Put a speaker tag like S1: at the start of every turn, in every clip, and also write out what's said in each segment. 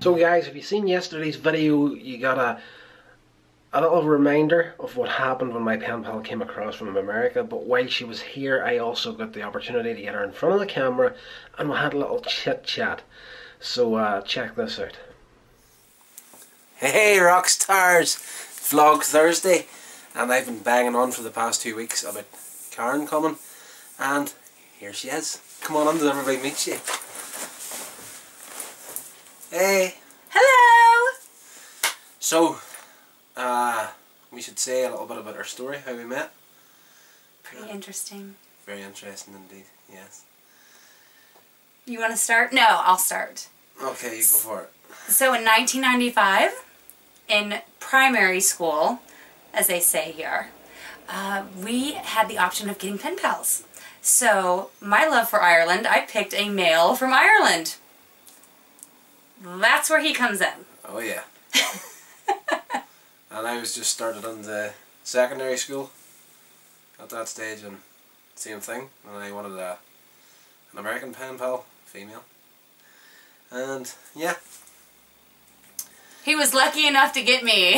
S1: So guys, if you seen yesterday's video, you got a a little reminder of what happened when my pen pal came across from America. But while she was here, I also got the opportunity to get her in front of the camera, and we had a little chit chat. So uh, check this out.
S2: Hey, rock stars! Vlog Thursday, and I've been banging on for the past two weeks about Karen coming, and here she is. Come on under, everybody meets you. Hey.
S3: Hello.
S2: So, uh, we should say a little bit about our story, how we met.
S3: Pretty interesting.
S2: Very interesting indeed. Yes.
S3: You want to start? No, I'll start.
S2: Okay, you go for it.
S3: So in 1995, in primary school, as they say here, uh, we had the option of getting pen pals. So my love for Ireland, I picked a male from Ireland. That's where he comes in.
S2: Oh yeah. and I was just started on the secondary school at that stage, and same thing. And I wanted a an American pen pal, female. And yeah,
S3: He was lucky enough to get me.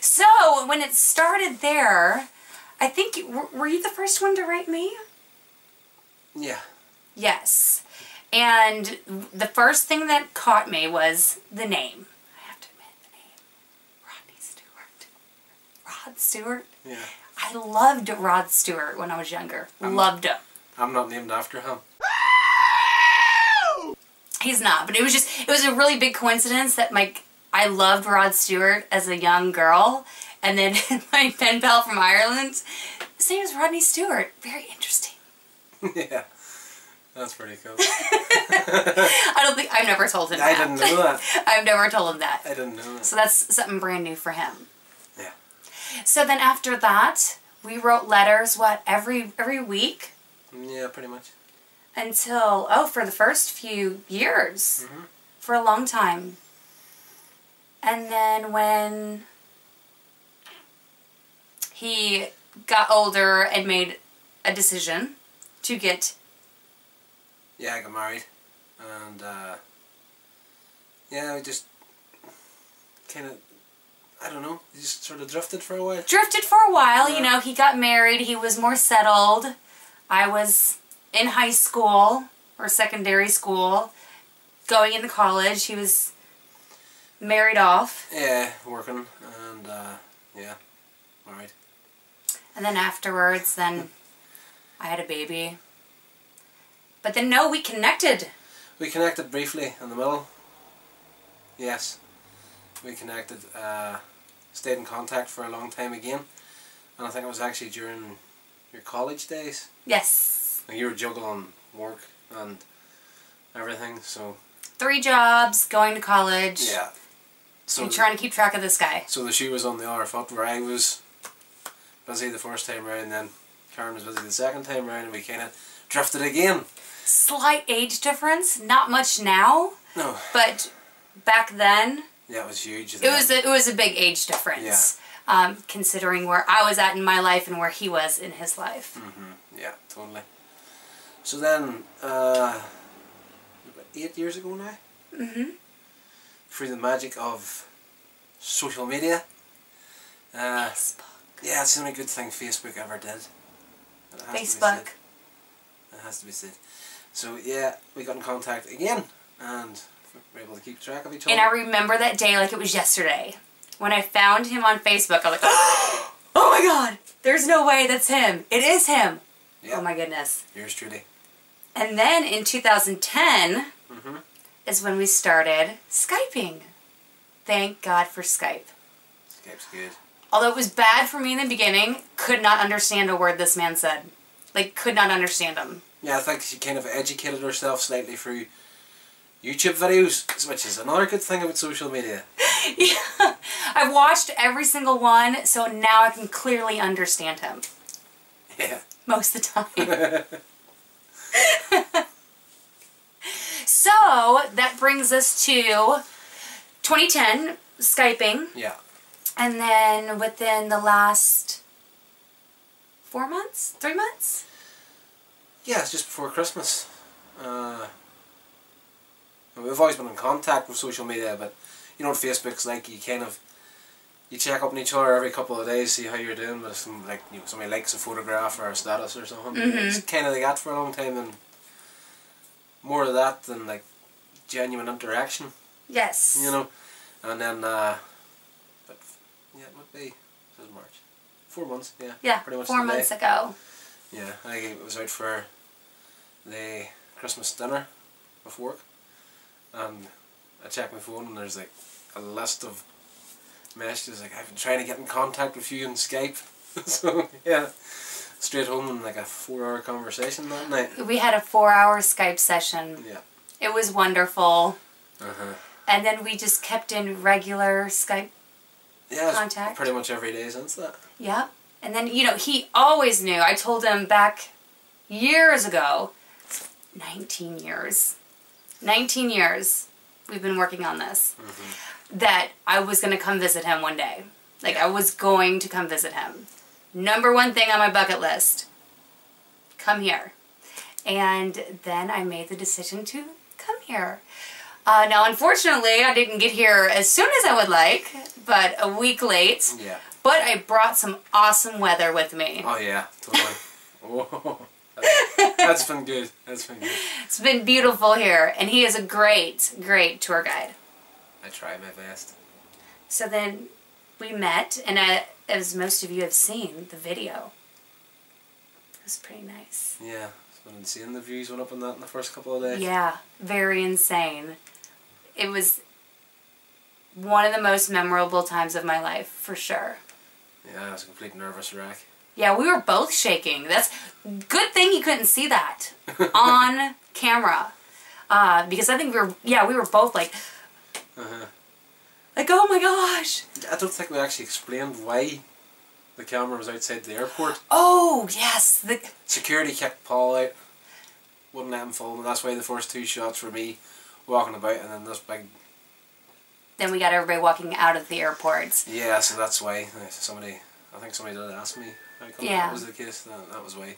S3: so when it started there, I think were- were you the first one to write me?
S2: yeah.
S3: Yes. And the first thing that caught me was the name. I have to admit the name. Rodney Stewart. Rod Stewart.
S2: Yeah.
S3: I loved Rod Stewart when I was younger. loved him.
S2: I'm not named after him.
S3: He's not, but it was just it was a really big coincidence that my I loved Rod Stewart as a young girl, and then my pen pal from Ireland, his name is Rodney Stewart. Very interesting.
S2: yeah. That's pretty cool.
S3: I don't think I've never told him.
S2: I
S3: that.
S2: didn't know that.
S3: I've never told him that.
S2: I didn't know that.
S3: So that's something brand new for him.
S2: Yeah.
S3: So then after that, we wrote letters what every every week
S2: Yeah, pretty much.
S3: until oh for the first few years for a long time. And then when he got older and made a decision to get
S2: Yeah, I got married, and uh, yeah, we just kind of, I don't know, we just sort of drifted for a while.
S3: drifted for a while,
S2: Yeah.
S3: you know, he got married, he was more settled. I was in high school or secondary school, going into college, he was married off.
S2: Yeah, working and uh, yeah, married.
S3: And then afterwards, then I had a baby. But then, no, we connected.
S2: We connected briefly in the middle. Yes, we connected. Uh, stayed in contact for a long time again, and I think it was actually during your college days.
S3: Yes.
S2: Like, you were juggling work and everything, so
S3: Three jobs, going to college,
S2: yeah. So
S3: and trying to keep track of this guy.
S2: So the shoe was on the other foot where I was busy the first time round, then Karen was busy the second time round, and we kind of drifted again.
S3: Slight age difference, not much now,
S2: No,
S3: but back then,
S2: yeah, it was huge.
S3: it was a, it was a big age difference. Um, considering where I was at in my life and where he was in his life.
S2: Mm. yeah, totally. So then, uh, about eight years ago now,
S3: Mm-hmm.
S2: through the magic of social media, uh,
S3: Facebook.
S2: yeah, it's the only good thing Facebook ever did. It has to be said.
S3: Facebook.
S2: It has to be said. So yeah, we got in contact again, and we were able to keep track of each other.
S3: And I remember that day like it was yesterday. When I found him on Facebook, I was like, oh my god, there's no way that's him. It is him.
S2: yeah,
S3: Oh my goodness.
S2: yours truly.
S3: And then in 2010
S2: Mm-hmm.
S3: is when we started Skyping. Thank God for Skype.
S2: Skype's good.
S3: Although it was bad for me in the beginning, could not understand a word this man said. Like, could not understand him.
S2: Yeah, I think she kind of educated herself slightly through YouTube videos, which is another good thing about social media.
S3: Yeah. I've watched every single one, so now I can clearly understand him
S2: Yeah.
S3: most of the time. So that brings us to 2010 Skyping,
S2: yeah.
S3: and then within the last four months, three months,
S2: Yeah, it's just before Christmas. Uh, and we've always been in contact with social media, but you know what Facebook's like. You kind of you check up on each other every couple of days, see how you're doing. But if some, like you know, somebody likes a photograph or a status or something,
S3: Mhm.
S2: it's kind of like that for a long time, and more of that than like genuine interaction,
S3: Yes.
S2: you know. And then, uh, but yeah, it would be this is March, four months, yeah,
S3: Yeah,
S2: pretty much
S3: four
S2: today.
S3: months ago.
S2: Yeah, I think it was out for the Christmas dinner with work, and I checked my phone and there's like a list of messages like I've been trying to get in contact with you on Skype. so yeah, straight home in like a four-hour conversation that night.
S3: We had a four hour Skype session.
S2: Yeah.
S3: It was wonderful.
S2: Uh huh.
S3: And then we just kept in regular Skype.
S2: Yeah, it's
S3: Contact.
S2: pretty much every day since that.
S3: Yeah. And then, you know, he always knew. I told him back years ago 19 years. 19 years we've been working on this. That I was going to come visit him one day. Like, I was going to come visit him. Number one thing on my bucket list come here. And then I made the decision to come here. Uh, now, unfortunately, I didn't get here as soon as I would like, but a week late.
S2: Yeah.
S3: But I brought some awesome weather with me.
S2: Oh yeah, totally. oh, that's, that's been good. That's been good.
S3: It's been beautiful here, and he is a great, great tour guide.
S2: I try my best.
S3: So then we met, and I, as most of you have seen, the video. It was pretty nice.
S2: Yeah, it's been insane. The views went up on that in the first couple of days.
S3: Yeah, very insane. It was one of the most memorable times of my life, for sure.
S2: Yeah, I was a complete nervous wreck.
S3: Yeah, we were both shaking. That's good thing you couldn't see that on camera, uh, because I think we were yeah we were both like
S2: Uh-huh.
S3: like oh my gosh
S2: I don't think we actually explained why the camera was outside the airport.
S3: oh yes the,
S2: Security kicked Paul out, wouldn't let him film, and that's why the first two shots were me walking about, and then this big
S3: then we got everybody walking out of the airport.
S2: yeah. So that's why uh, somebody, I think somebody did ask me how come
S3: Yeah.
S2: that was the case. That, that was why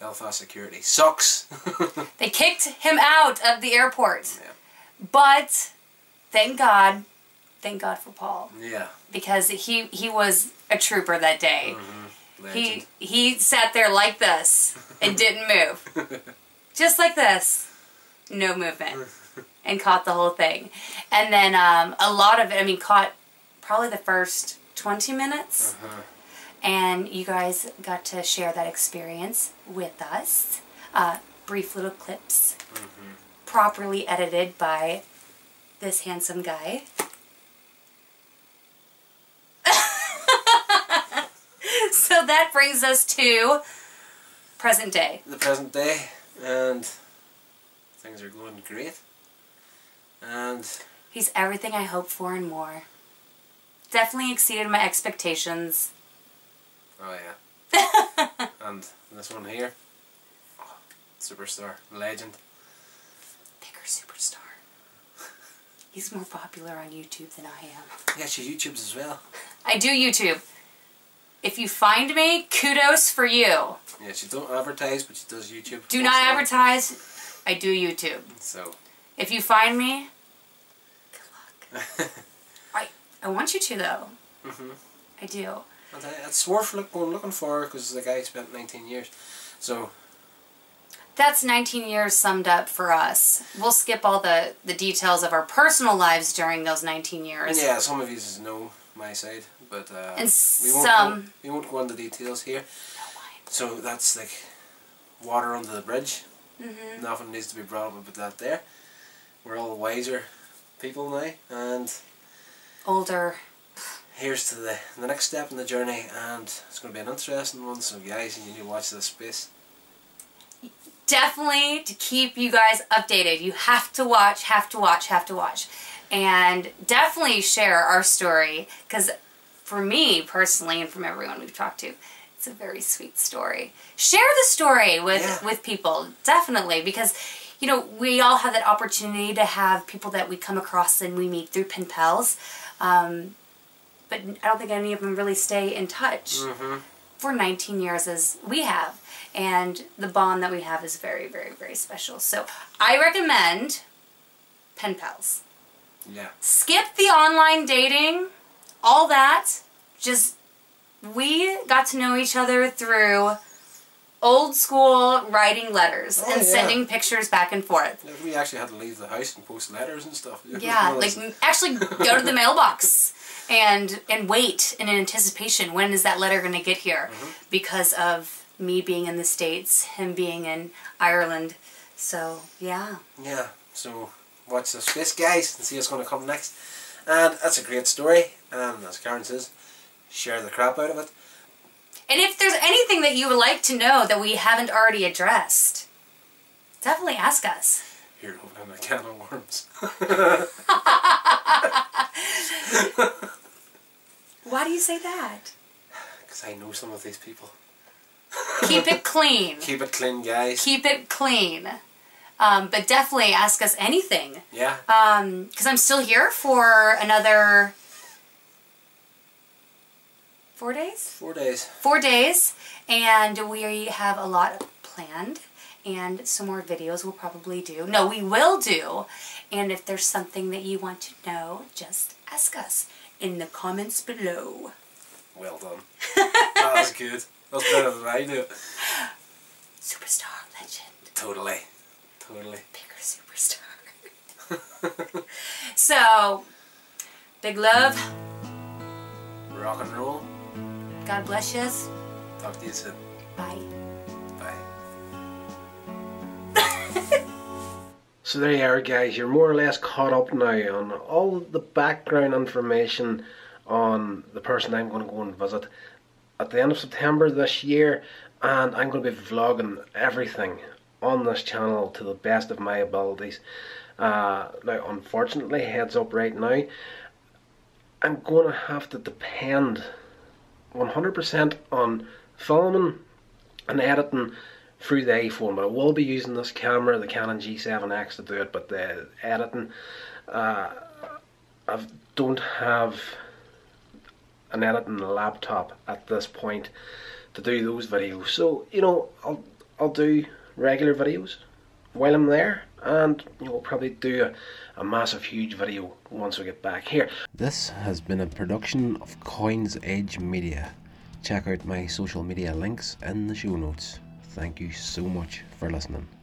S2: Belfast security sucks.
S3: They kicked him out of the airport.
S2: Yeah.
S3: But thank God, thank God for Paul
S2: yeah,
S3: because he he was a trooper that day.
S2: legend.
S3: He he sat there like this and didn't move. Just like this. No movement. And caught the whole thing. And then um, a lot of it, I mean, caught probably the first 20 minutes.
S2: Uh-huh.
S3: And you guys got to share that experience with us. Uh, brief little clips, properly edited by this handsome guy. So that brings us to present day.
S2: the present day, and things are going great. And
S3: He's everything I hoped for and more. Definitely exceeded my expectations.
S2: Oh yeah. and this one here, oh, superstar, legend.
S3: Bigger superstar. He's more popular on YouTube than I am.
S2: Yeah, she YouTubes as well.
S3: I do YouTube. If you find me, kudos for you.
S2: Yeah, she don't advertise, but she does YouTube.
S3: Do not
S2: also.
S3: advertise. I do YouTube.
S2: So
S3: If you find me, good luck. I I want you to though.
S2: Mhm.
S3: I do.
S2: and I, uh, it's worth look, going looking for because the guy spent 19 years. So
S3: That's 19 years summed up for us. We'll skip all the, the details of our personal lives during those 19 years.
S2: yeah, some of yous know my side, but uh,
S3: And
S2: we won't
S3: some-
S2: go, we won't go into details here. So that's like water under the bridge.
S3: Mhm.
S2: Nothing needs to be brought up about that. There, we're all wiser people now, and
S3: Older.
S2: here's to the, the next step in the journey and it's going to be an interesting one so guys you need to watch this space
S3: Definitely to keep you guys updated. You have to watch, have to watch, have to watch. And definitely share our story because for me personally and from everyone we've talked to, it's a very sweet story. Share the story with,
S2: Yeah.
S3: with people, definitely, because you know, we all have that opportunity to have people that we come across and we meet through pen pals. Um, but I don't think any of them really stay in touch for 19 years as we have. and the bond that we have is very, very, very special. So I recommend pen pals.
S2: Yeah.
S3: Skip the online dating, all that. Just we got to know each other through old school writing letters
S2: Oh,
S3: and
S2: yeah.
S3: sending pictures back and forth.
S2: Yeah, We actually had to leave the house and post letters and stuff. It was
S3: Yeah,
S2: one of
S3: like
S2: those-
S3: m- actually go to the mailbox and and wait in anticipation. When is that letter going to get here?
S2: Mm-hmm.
S3: Because of me being in the states, him being in Ireland. So yeah,
S2: yeah. So watch the space, guys, and see what's going to come next. And that's a great story. And as Karen says, share the crap out of it.
S3: and if there's anything that you would like to know that we haven't already addressed, definitely ask us.
S2: Here, hoping I'm a can of worms.
S3: Why do you say that?
S2: Because I know some of these people.
S3: Keep it clean.
S2: Keep it clean, guys.
S3: Keep it clean. Um, but definitely ask us anything.
S2: yeah.
S3: um because i'm still here for another four days
S2: Four days.
S3: four days and we have a lot planned and some more videos we'll probably do no we will do and if there's something that you want to know just ask us in the comments below
S2: Well done. that was good. That's better than I knew.
S3: superstar legend
S2: Totally. Totally.
S3: bigger superstar so big love
S2: Rock and roll.
S3: god bless you
S2: Talk to you soon.
S3: bye
S2: Bye.
S1: So there you are, guys. You're more or less caught up now on all the background information on the person I'm going to go and visit at the end of September this year, and I'm going to be vlogging everything on this channel to the best of my abilities. Uh, now, unfortunately, heads up right now, I'm going to have to depend 100% on filming and editing through the iPhone. But I will be using this camera, the Canon G7X, to do it. But the editing, uh, I don't have an editing laptop at this point to do those videos. So you know, I'll I'll do regular videos while I'm there, and you know, probably do a, a massive, huge video once we get back here. This has been a production of Coins Edge Media. Check out my social media links in the show notes. Thank you so much for listening.